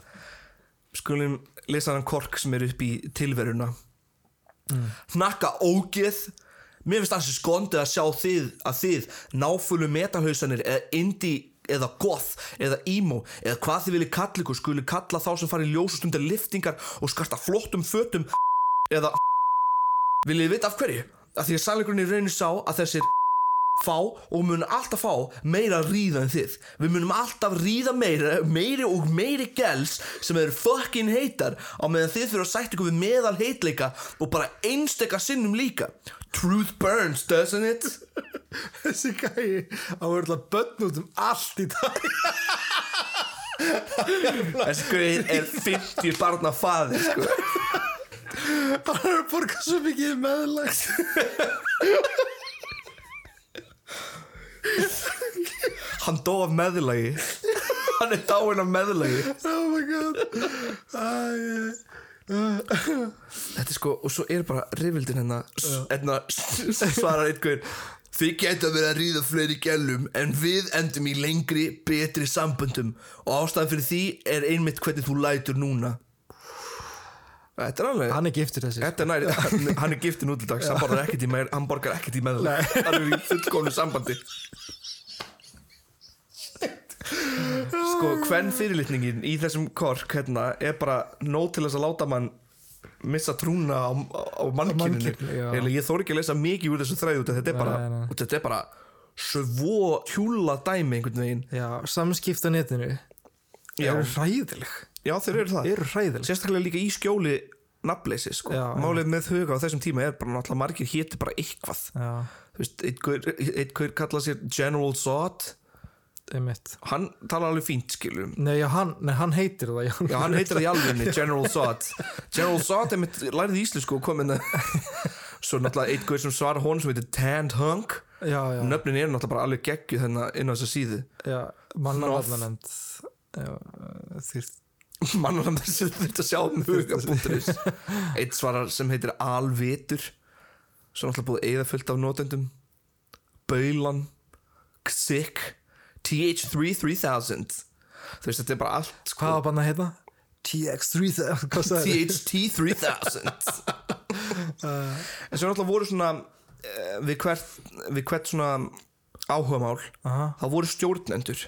Speaker 2: skulum lesa hann kork sem er upp í tilveruna hnakka ógeð mér finnst hans skondið að sjá þið að þið náfölu metahausanir eða indie eða goth eða emo eða hvað þið viljið kalla ykkur skulu kalla þá sem farið ljósustundir liftingar og skarta flottum fötum eða viljið þið vita af hverju að því að sannleikurinn í rauninu sá að þessir fá og mun alltaf fá meira að ríða en þið við munum alltaf ríða meira meiri og meiri gels sem eru fucking heitar á meðan þið fyrir að sætt ykkur við meðal heitleika og bara einstekka sinnum líka truth burns doesn't it
Speaker 4: Þessi gæi á örla börn út um allt í dag
Speaker 2: þessi guðið er 50 barna faði sko.
Speaker 4: Hann er að borga svo mikið meðlægt
Speaker 2: hann dó af meðlagi hann er dáinn af meðlagi
Speaker 4: Oh my god Æ,
Speaker 2: Þetta er sko, og svo er bara rifildin hennar hérna, svarar einhver Þið geta verið að ríða fleiri gælum en við endum í lengri, betri samböndum og ástæðan fyrir því er einmitt hvernig þú lætur núna Þetta er alveg
Speaker 4: Hann er giftur þessi
Speaker 2: Þetta er næri, hann, hann er giftin út í dag hann borgar ekkert í meir, hann borgar ekkert í meðlega hann er í fullkomlu sambandi Sko, hvern fyrirlitningin í þessum kork hérna er bara nóg til þess að láta mann missa trúna á, á mannkyninu
Speaker 4: mannkyninu, já.
Speaker 2: Eiginlega, ég þóri ekki að lesa mikið úr þessu þræðu þetta er bara,
Speaker 4: Nei, nei.
Speaker 2: þetta er bara svo hjúla dæmi einhvern veginn
Speaker 4: Já, samskipt á netinu
Speaker 2: Já.
Speaker 4: Eru hræðileg
Speaker 2: Já, þeir eru það
Speaker 4: Eru hræðileg
Speaker 2: sérstaklega líka í skjóli nafnleysi sko.
Speaker 4: Já, já.
Speaker 2: málið með huga á þessum tíma er bara náttúrulega margir héti bara eitthvað
Speaker 4: Já,
Speaker 2: þú veist, einn gaur- einn hver kalla sér General Zod
Speaker 4: einmitt
Speaker 2: hann tala alveg fínt skilum
Speaker 4: Nei, já, hann, nei, hann heitir það já.
Speaker 2: já, hann heitir það í alvegni, General Zod General Zod, einmitt, lærið í íslensku og kom inn að svo náttúrulega einn hver sem svarar honum sem heitir Tanned Hunk
Speaker 4: já, já,
Speaker 2: nöfnin eru náttúrulega bara alveg geggju þennan inn á þessa síðu
Speaker 4: já Mannarvarnanefnd uh, Þýrt
Speaker 2: mannarnamn sem þurft að sjá um huga.is eitt svarar sem heitir Alvitur sem náttúrulega búið eða fullt af notendum Baulan Ksik TH3 3000 þú veist þetta er bara
Speaker 4: Hvað
Speaker 2: allt sko,
Speaker 4: var bann að heita? TX3000 Hvað sagði þið?
Speaker 2: THT 3000 en svo náttúrulega voru svona eh, við hvert, við hvert svona áhugamál
Speaker 4: Aha.
Speaker 2: þá voru stjórnendur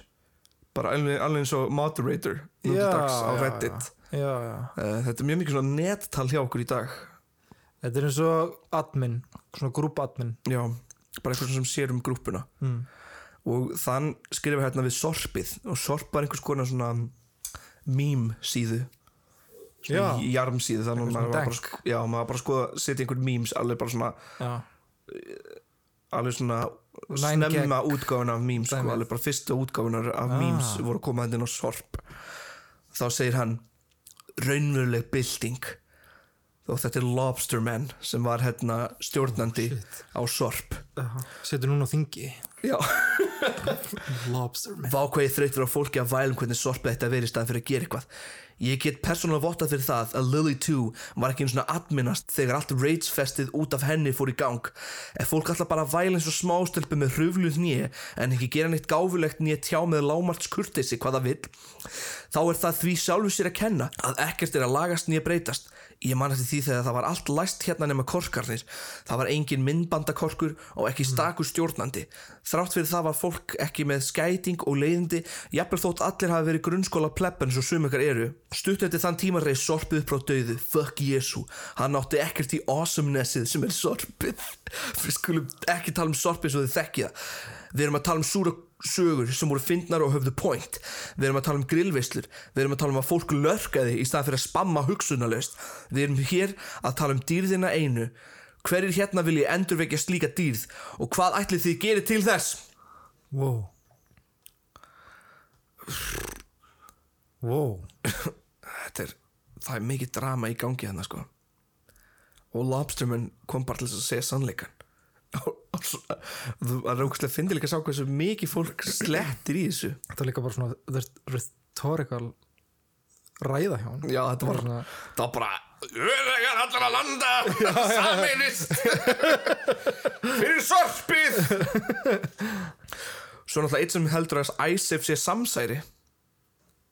Speaker 2: bara alveg, alveg eins og moderator nú til
Speaker 4: Já,
Speaker 2: dags á
Speaker 4: já, já.
Speaker 2: Reddit
Speaker 4: Já, já
Speaker 2: Eh, Þetta er mjög mikið svona nettal hjá okkur í dag
Speaker 4: Þetta er eins og admin Svona grúpadmin
Speaker 2: Já, bara eitthvað sem sér um grúppuna mm. Og þann skrifa hérna við sorpið Og sorp var einhvers konar svona Mím síðu
Speaker 4: Já.
Speaker 2: Jarm síðu
Speaker 4: svona
Speaker 2: Þannig að maður var bara,
Speaker 4: dank.
Speaker 2: sko- já, maður var bara að skoða Setja einhver memes alveg bara svona
Speaker 4: Já
Speaker 2: Alveg svona
Speaker 4: Nine
Speaker 2: snemma útgáfuna af memes sko,
Speaker 4: Dæmið.
Speaker 2: Alveg bara fyrstu útgáfunar af memes Voru að koma þetta inn á sorp Þá segir hann Raunveruleg bylting Þó þetta er Lobsterman sem var hérna stjórnandi á sorp
Speaker 4: Setur núna á þingi
Speaker 2: Já
Speaker 4: Lobsterman
Speaker 2: Vákvæði þreytur á fólki að vælum hvernig sorpið þetta verið staðan fyrir að gera eitthvað. Ég get persónulega vottað fyrir það að Lily 2 var ekki einu svona adminnast þegar allt ragefestið út af henni fór í gang. Ef fólk ætla bara að væla eins og smástelpu með hrufluð nýje en ekki gera neitt gáfulegt nýje tjá með lámarts kurteisi hvað það vill, þá er það því sjálfu sér að kenna að ekkert er að lagast nýja breytast. Ég man eftir því þegar það var allt læst hérna nema korkarnir. Það var engin myndbandakorkur og ekki stakur stjórnandi. Þrátt fyrir það var fólk ekki með skæting og leiðindi, jafnvel þótt allir hafi verið grunnskóla plebben svo sum ykkar eru. Stutt eftir þann tíma reið sorpið upp frá dauðu Fuck Jesu Hann átti ekkert í awesomenessið sem er sorpið Við skulum ekki tala um sorpið svo þið þekkja það. Við erum að tala um súra sögur sem voru fyndnar og höfðu point Við erum að tala um grillveislur Við erum að tala um að fólk lörkaði í staðan fyrir að spamma hugsunalöst Við erum hér að tala um dýrðina einu Hverjir hérna vilji endurvekja slíka dýrð og hvað ætlið þið gerir til þess?
Speaker 4: Wow Wow
Speaker 2: þetta er, það er mikið drama í gangi hérna sko og Lobsterman kom bara til þess að segja sannleikan Og- og svo- það er ógustlega fyndið líka að sá hversu mikið fólk slettir í þessu
Speaker 4: Þetta er líka bara svona þetta er rhetorical ræða hjá hann
Speaker 2: já þetta var,
Speaker 4: Svona-
Speaker 2: það var bara öðvegar allar að landa saminist fyrir sorpið svo náttúrulega eitt sem heldur að ISIF sé samsæri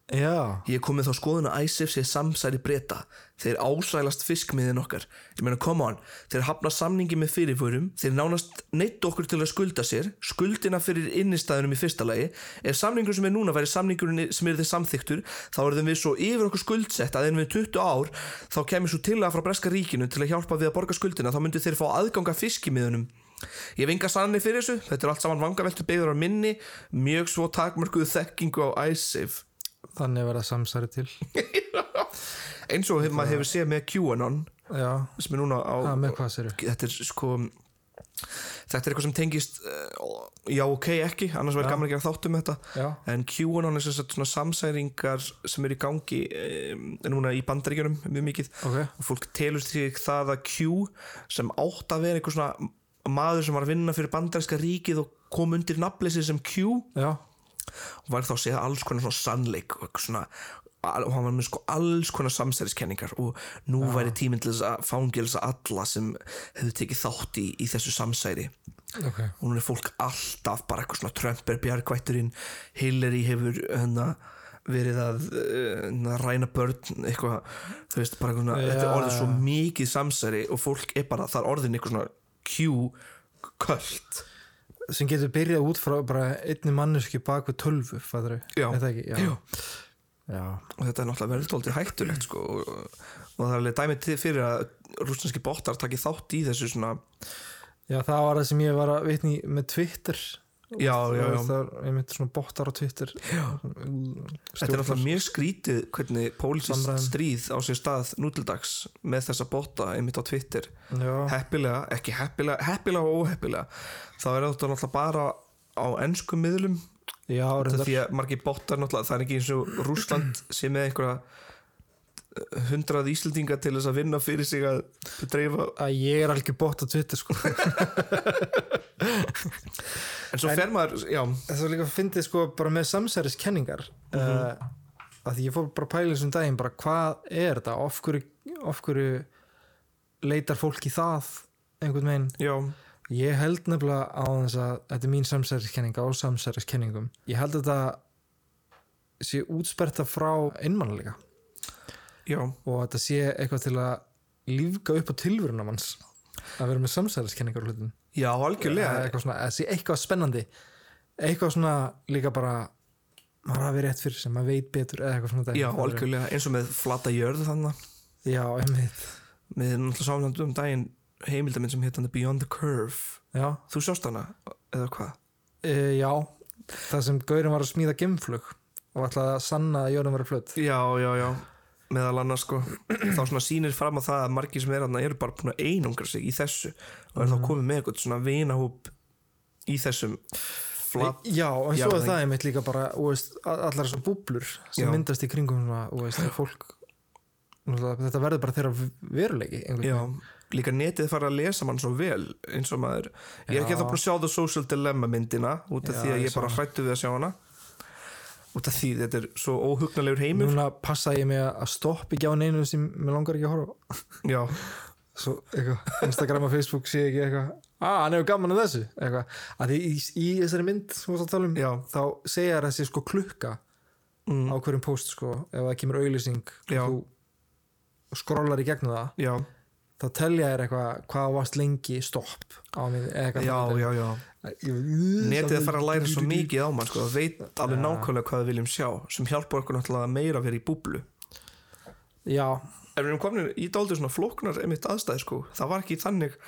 Speaker 4: Já
Speaker 2: Ég er komið þá skoðun að ISIF sé samsæri breyta. Þeir ásælast fiskmiðin okkar. Ég meina, come on, þeir hafna samningi með fyrirförum, þeir nánast neitt okkur til að skulda sér, skuldina fyrir innistæðunum í fyrsta lagi. Ef samningur sem er núna væri samningurinn sem er þeir samþyktur, þá erum við svo yfir okkur skuldsett að ef við 20 ár, þá kemur svo tillaga frá breska ríkinu til að hjálpa við að borga skuldina, þá myndu þeir fá aðganga fiskimiðunum. Ég hef enga sannir fyrir þessu, þetta er allt saman vangaveltu beigður á minni, mjög svo takmörkuðu þekkingu á ISIF.
Speaker 4: Þannig verða samsæri til
Speaker 2: eins og hef, maður hefur séð með QAnon
Speaker 4: Já
Speaker 2: sem er núna á
Speaker 4: Það með hvað sér
Speaker 2: þetta er sko þetta er eitthvað sem tengist uh, já ok ekki, annars verður gaman að gera þáttum þetta
Speaker 4: Já.
Speaker 2: en QAnon er sem sagt svona samsæringar sem eru í gangi um, núna í bandaríkjunum mjög mikið
Speaker 4: Ok.
Speaker 2: og fólk telur því það að Q sem átt að vera eitthvað svona maður sem var að vinna fyrir bandaríska ríkið og kom undir nafnleysi sem Q
Speaker 4: Já
Speaker 2: og var þá að segja alls konar svona sannleik og eitthvað svona al- og hann var með sko alls konar samsæriskenningar og nú væri tíminn til þess að fangelsa alla sem hefðu tekið þátt í, í þessu samsæri
Speaker 4: Ok
Speaker 2: og núna er fólk alltaf bara eitthvað svona Trump er bjargvætturinn Hillary hefur hana, verið að uh, ræna börn eitthvað, þú veist, bara eitthvað svona
Speaker 4: Já.
Speaker 2: þetta er orðið svo mikið samsæri og fólk er bara, það er orðin eitthvað svona Q kvöld
Speaker 4: Sem getur byrjað út frá bara einni manneski bak við tölvu Fæður
Speaker 2: Já.
Speaker 4: Er það ekki? Já
Speaker 2: Jú.
Speaker 4: Já
Speaker 2: og þetta er náttúrulega verið tóltið hættulegt sko, og, og það er alveg dæmið til fyrir að rúsneski bóttar taki þátt í þessu svona
Speaker 4: Já það var það sem ég var að vitni í með Twitter
Speaker 2: já, já, já.
Speaker 4: Það er einmitt svona bottar á Twitter Já
Speaker 2: þetta er náttúrulega mjög skrítið hvernig pólitískt
Speaker 4: Samræðum.
Speaker 2: stríð á sér stað nútildags með þessa bótta einmitt á Twitter
Speaker 4: Já
Speaker 2: heppilega, ekki heppilega, heppilega og óheppilega þá er þetta náttúrulega bara á ennskum miðlum
Speaker 4: Já
Speaker 2: Þetta
Speaker 4: reyndar
Speaker 2: því að margir bóttar náttúrulega það er ekki eins og Rúsland sem er einhverja eh, hundrað Íslendinga til þess að vinna fyrir sig að dreifa
Speaker 4: Að ég er algjör bótt á Twitter sko
Speaker 2: en svo fer maður, já,
Speaker 4: það var líka að fyndið sko bara með samsæriskenningar mm að því ég fór bara að pæla þessum daginn bara hvað er þetta, af hverju, af hverju leitar fólk í það einhvern veginn
Speaker 2: já
Speaker 4: ég held nefnilega á þess að þetta er mín samsæriskenninga og samsæriskenningum ég held að þetta sé útsperta frá einmannleika
Speaker 2: Já,
Speaker 4: og þetta sé eitthvað til að lífga upp á tilvöruna manns að vera með samsæriskenningar og hlutin
Speaker 2: já
Speaker 4: Eða
Speaker 2: algjörlega
Speaker 4: eitthvað svona, eða sé eitthvað spennandi eitthvað svona líka bara maður hafi rétt fyrir sem maður veit betur eða eitthvað svona dæmi.
Speaker 2: Já,
Speaker 4: Það eru-
Speaker 2: algjörlega, eins og með flata jörðu þannig
Speaker 4: já, einmitt
Speaker 2: Við erum náttúrulega sáfnandi um daginn heimildaminn sem hétt hann Beyond the Curve
Speaker 4: já,
Speaker 2: Þú sjást hana, eða hvað?
Speaker 4: e, já, það sem Gaurin var að smíða gemflug og ætlaði að sanna að jörðum verið flött
Speaker 2: Já, já, já, meðal annars sko Þá svona sýnir fram á það að margir sem er hann eru bara búin að einangra sig í þessu og er þá komið með eitthvað svona vinahóp í þessum flat
Speaker 4: E, já, en
Speaker 2: Já,
Speaker 4: svo er
Speaker 2: það-
Speaker 4: það einmitt líka bara þú veist, a- allar svona búblur sem
Speaker 2: Já.
Speaker 4: myndast í kringum svona, þú veist, þegar fólk náttúrulega, þetta verður bara þeirra veruleiki einhvern
Speaker 2: Já,
Speaker 4: veginn.
Speaker 2: líka netið fara að lesa mann svo vel eins og maður Ég er ekki
Speaker 4: Já.
Speaker 2: að það búin að sjá The Social Dilemma myndina út af
Speaker 4: Já,
Speaker 2: því að
Speaker 4: ég
Speaker 2: ég bara
Speaker 4: sá
Speaker 2: hrættu við að sjá hana út af því þetta er svo óhugnalegur heimur
Speaker 4: núna passa ég mig að stoppa ekki á neinu sem mér langar ekki að horfa á.
Speaker 2: Já,
Speaker 4: svo eitthvað Instagram og Facebook sé ekki eitthvað ah, hann hefur gaman að þessu eitthvað að því í, í þessari mynd sem við varst að tala um
Speaker 2: Já. mm,
Speaker 4: þá segja þér að þessi sko klukka á hverjum post sko ef það kemur auðlýsing
Speaker 2: Já.
Speaker 4: þú skrólar í gegnum það
Speaker 2: já,
Speaker 4: þá telja þér eitthvað hvað þú varst lengi stopp á mig eða eitthvað
Speaker 2: já,
Speaker 4: þannig.
Speaker 2: já, já
Speaker 4: Ég-
Speaker 2: Netið fara að læra svo mikið á mann sko, það veit alveg nákvæmlega hvað við viljum sjá sem hjálpar okkur náttúrulega meira að vera í búblu
Speaker 4: já,
Speaker 2: En við erum komin í dálítið svona flóknar einmitt aðstæði sko. Það var ekki þannig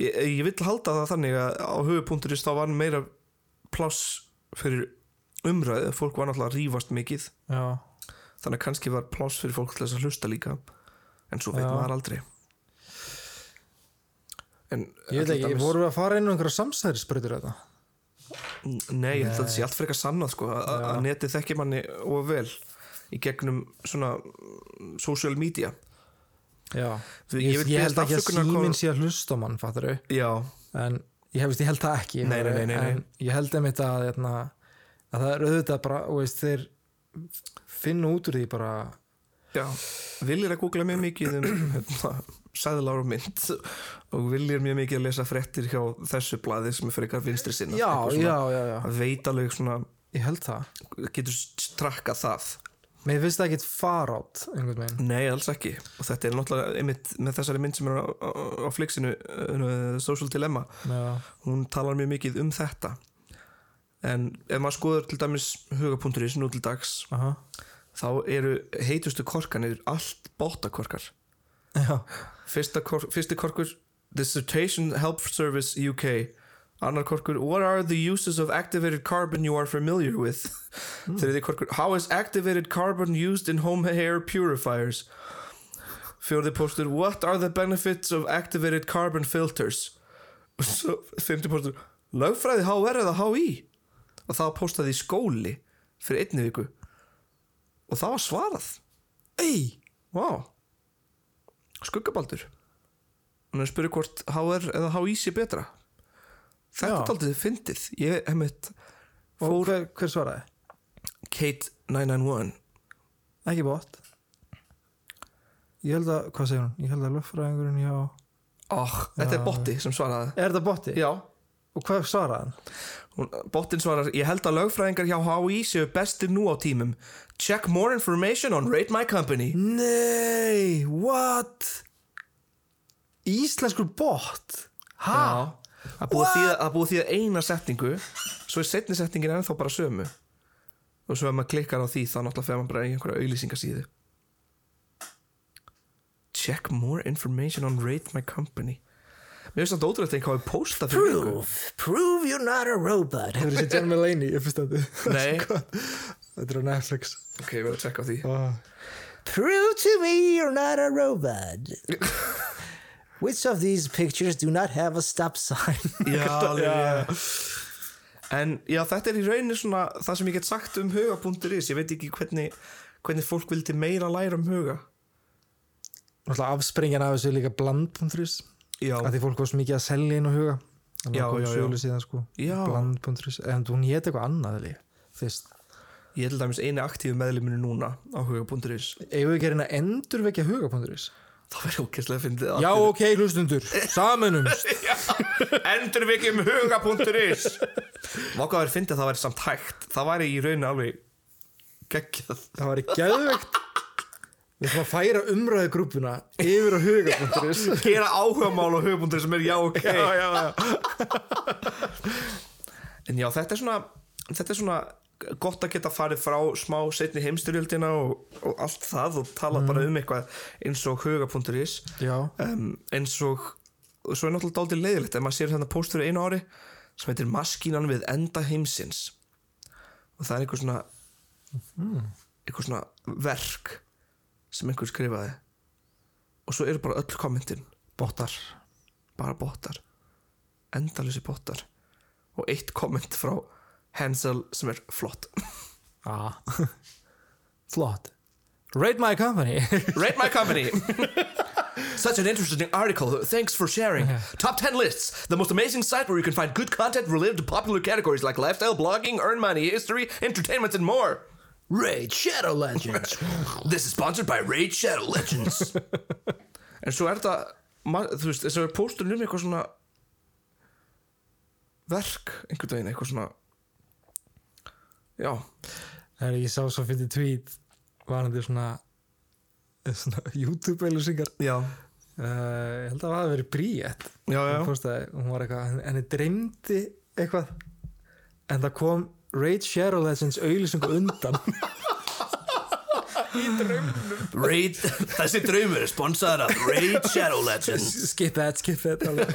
Speaker 2: ég, ég vill halda það þannig að á höfupunkturist þá var meira pláss fyrir umræðu fólk var náttúrulega að rífast mikið
Speaker 4: já
Speaker 2: þannig að kannski var pláss fyrir fólk til þess að hlusta líka en svo veit
Speaker 4: Já.
Speaker 2: maður aldrei en
Speaker 4: ég veit
Speaker 2: allir
Speaker 4: ekki,
Speaker 2: dæmis-
Speaker 4: vorum við að fara inn á einhverja samsæðisbreytur þetta
Speaker 2: Nei, ég held að þetta sé allt frekar sannað sko, að- að að netið þekki manni og vel í gegnum svona mm, social media
Speaker 4: já, ég,
Speaker 2: Þú- ég
Speaker 4: ég, held
Speaker 2: vil biðjast
Speaker 4: ekki að
Speaker 2: afsökunar,
Speaker 4: síminn
Speaker 2: Konráð.
Speaker 4: sé að hlusta á mann, fattur þau
Speaker 2: Já,
Speaker 4: en ég, veist, ég held það ekki
Speaker 2: Nei, nei, nei, nei, nei.
Speaker 4: en ég held einmitt að, hérna, að það er auðvitað bara og veist, þeir finna út úr því bara
Speaker 2: já Viljir að googla mjög mikið um hérna, sæðlar og mynd og viljir mjög mikið að lesa fréttir hjá þessu blaði sem er frekar vinstri sinna
Speaker 4: já, já, já, já,
Speaker 2: að veit alveg svona
Speaker 4: ég held það
Speaker 2: getur strakka það
Speaker 4: mér finnst það ekkit far átt einhvern veginn
Speaker 2: Nei, alls ekki og þetta er náttúrulega einmitt með þessari mynd sem er á, á, á fliksinu uh, Social Dilemma
Speaker 4: já,
Speaker 2: hún talar mjög mikið um þetta en ef maður skoður til dæmis hugapunkturins nú til dags
Speaker 4: aha,
Speaker 2: þá eru heitustu korkanir allt bóttakorkar
Speaker 4: já,
Speaker 2: Fyrsta kor fyrsti korkur Dissertation Help Service UK annar korkur What are the uses of activated carbon you are familiar with þriði korkur How is activated carbon used in home hair purifiers fjórði postur What are the benefits of activated carbon filters Og svo fymti postur Lögfræði HR eða HÍ og það var postaði í skóli fyrir einni viku og það var svarað Ei, vá Skuggabaldur Hún er að spyrja hvort HR eða HÍ sé betra Þetta
Speaker 4: Já.
Speaker 2: er aldrei fyndið Ég hef mitt
Speaker 4: og hver, hver svaraði?
Speaker 2: Kate 991
Speaker 4: ekki bótt ég held að, hvað segir hún? ég held að löffræðingurinn hjá
Speaker 2: oh, Þetta
Speaker 4: Já.
Speaker 2: er botti sem svaraði
Speaker 4: er þetta botti?
Speaker 2: Já
Speaker 4: og hvað svaraði hann?
Speaker 2: Hún, Bottin svarar Ég held að lögfræðingar hjá HÍ séu bestir nú á tímum Check more information on Rate My Company
Speaker 4: Nei, what? Íslenskur bot? Ha?
Speaker 2: Það er búið að þýða- það er búið að þýða eina setningu Svo er setni setningin ennþá bara sömu Og svo ef maður klikkar á því Þá náttúrulega fer maður bara í einhverja auglýsingasíðu Check more information on rate my company Mér finnst þetta ótrúlega þegar hvað við posta fyrir viku.
Speaker 4: prove you're not a robot Hefur þessi John Mulaney í fyrstandi?
Speaker 2: Nei.
Speaker 4: Þetta er á Netflix
Speaker 2: Ok, við erum að checka á því
Speaker 4: Prove to me you're not a robot Which of these pictures do not have a stop sign?
Speaker 2: Já, alveg, já En já, þetta er í rauninni svona það sem ég get sagt um huga.is Ég veit ekki hvernig, hvernig fólk vildi meira læra um huga
Speaker 4: Náttúrulega afspringjan af þessu er líka bland.ris
Speaker 2: Já,
Speaker 4: að því fólk var svo mikið að selja inn og huga Þannig
Speaker 2: Já,
Speaker 4: að kom
Speaker 2: já, já.
Speaker 4: sölu síðan sko
Speaker 2: Já.
Speaker 4: bland.ris en hún hétt eitthvað annað líka Þvist,
Speaker 2: ég held dæmis eini aktífu meðluminu núna á huga.is
Speaker 4: eigum við ekki að reyna að endurvekja huga.ris
Speaker 2: Það verður ókesslega að fyndið
Speaker 4: Já, ok, hlustundur, samanumst
Speaker 2: Endur við ekki um huga.is Vákaður fyndið að það væri samt hægt Það væri í raun alveg geggjað
Speaker 4: Það var í geðvegt Við ætlum að færa umræðu grúpuna yfir á huga.is
Speaker 2: Gera áhuga mál á huga.is sem er já ok já, já, já. En já þetta er svona Þetta er svona gott að geta farið frá smá setni heimstyrjöldina og, og allt það og tala bara um eitthvað eins og huga.is
Speaker 4: Já,
Speaker 2: um, eins og og svo er náttúrulega dálítið leiðilegt ef maður sér þetta póst fyrir einu ári sem heitir Maskínan við enda heimsins og það er einhver svona einhver svona verk sem einhver skrifaði og svo eru bara öll kommentin
Speaker 4: bóttar
Speaker 2: bara bottar endalösi bottar og eitt komment frá Hansel sem er flott
Speaker 4: ah. Flott Rate my company
Speaker 2: Rate my company. Such an interesting article. Thanks for sharing. Top 10 lists. The most amazing site where you can find good content related to popular categories like lifestyle, blogging, earn money, history, entertainment, and more.
Speaker 4: Raid Shadow Legends
Speaker 2: This is sponsored by Raid Shadow Legends. en svo er þetta, ma- þú veist, þess að við póstum um eitthvað svona verk, einhvern veginn, eitthvað svona, já,
Speaker 4: Það er ég sá svo fyrir tweet varandi svona, svona YouTube-eilusingar
Speaker 2: já,
Speaker 4: Uh, ég held að það hafi verið Bríett
Speaker 2: já, já,
Speaker 4: hún postaði, hún var eitthvað henni dreymdi eitthvað en það kom Raid Shadow Legends auðlýsingu undan
Speaker 2: Raid, þessi draumur er sponsaður af Raid Shadow Legends
Speaker 4: skip that, skip that alveg.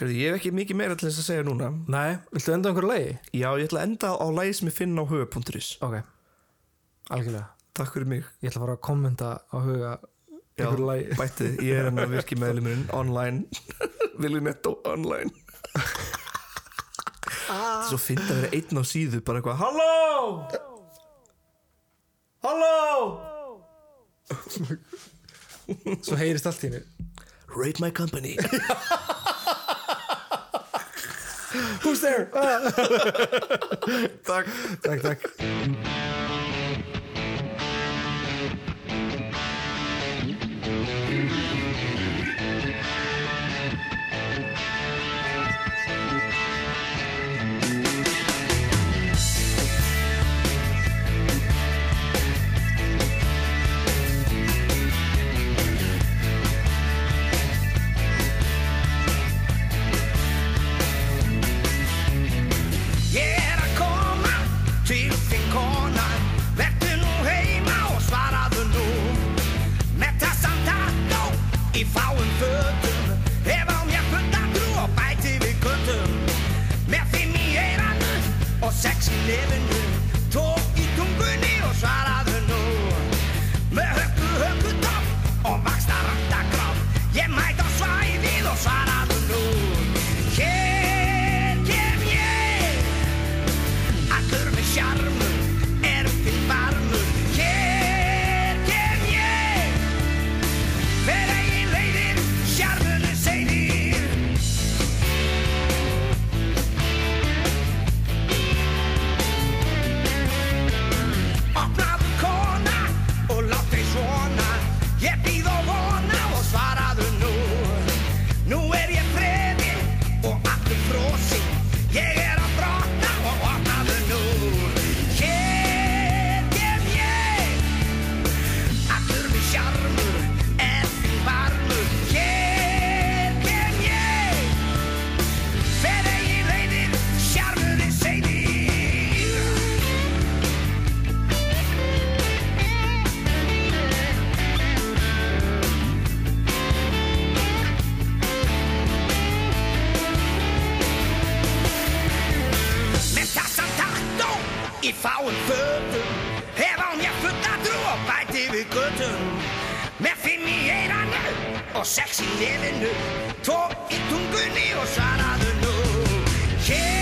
Speaker 2: Heyrðu, Ég hef ekki mikið meira til þess að segja núna
Speaker 4: Nei, viltu enda á einhverju lagi?
Speaker 2: Já, ég ætla að enda á lægi sem ég finn á huga.is
Speaker 4: Ok, algjörlega
Speaker 2: Takk fyrir mig
Speaker 4: Ég ætla að fara að kommenta á huga
Speaker 2: Já,
Speaker 4: einhverju lagi
Speaker 2: bætti, ég er hann að virki meðlumurinn online Vilju netto online Þetta er svo fyndi að vera einn á síðu bara eitthvað Halló Halló
Speaker 4: Svo heyrist allt í henni
Speaker 2: Raid my company
Speaker 4: Who's there? Ah.
Speaker 2: Takk
Speaker 4: takk, takk
Speaker 6: Ég er að koma til þinn kona Vertu nú heima og svaraðu nú Netta samt aðtó í fáum fötum Ef á mér fulla trú og bæti við göttum Með fimm í eiranu og sex í lefinu Tók í tungunni og svaraðu nú Með höggu höggu topp og vaksta randakrátt Ég mæt á svæðið og svaraðu nú Hér kem ég Allur með sjarmur er til varmur Hér kem ég Hver eigin leiðir sjarmurinn segir Opnaðu kona og látt þig svona Ég býð og vona og svaraðu nú Nú er ég freðin og allur frosin Ég er að brotna og opnaðu nú Hér kem ég Allur við sjarmur er því varmur Hér kem ég Hver eigin leiðir sjarmurinn segir Með kassan tattó í fáum fötum Hef á mér fulla trú og bæti við göttum Með fimm í eiranu og sex í lefinu Tvo í tungunni og svaraðu nú Hér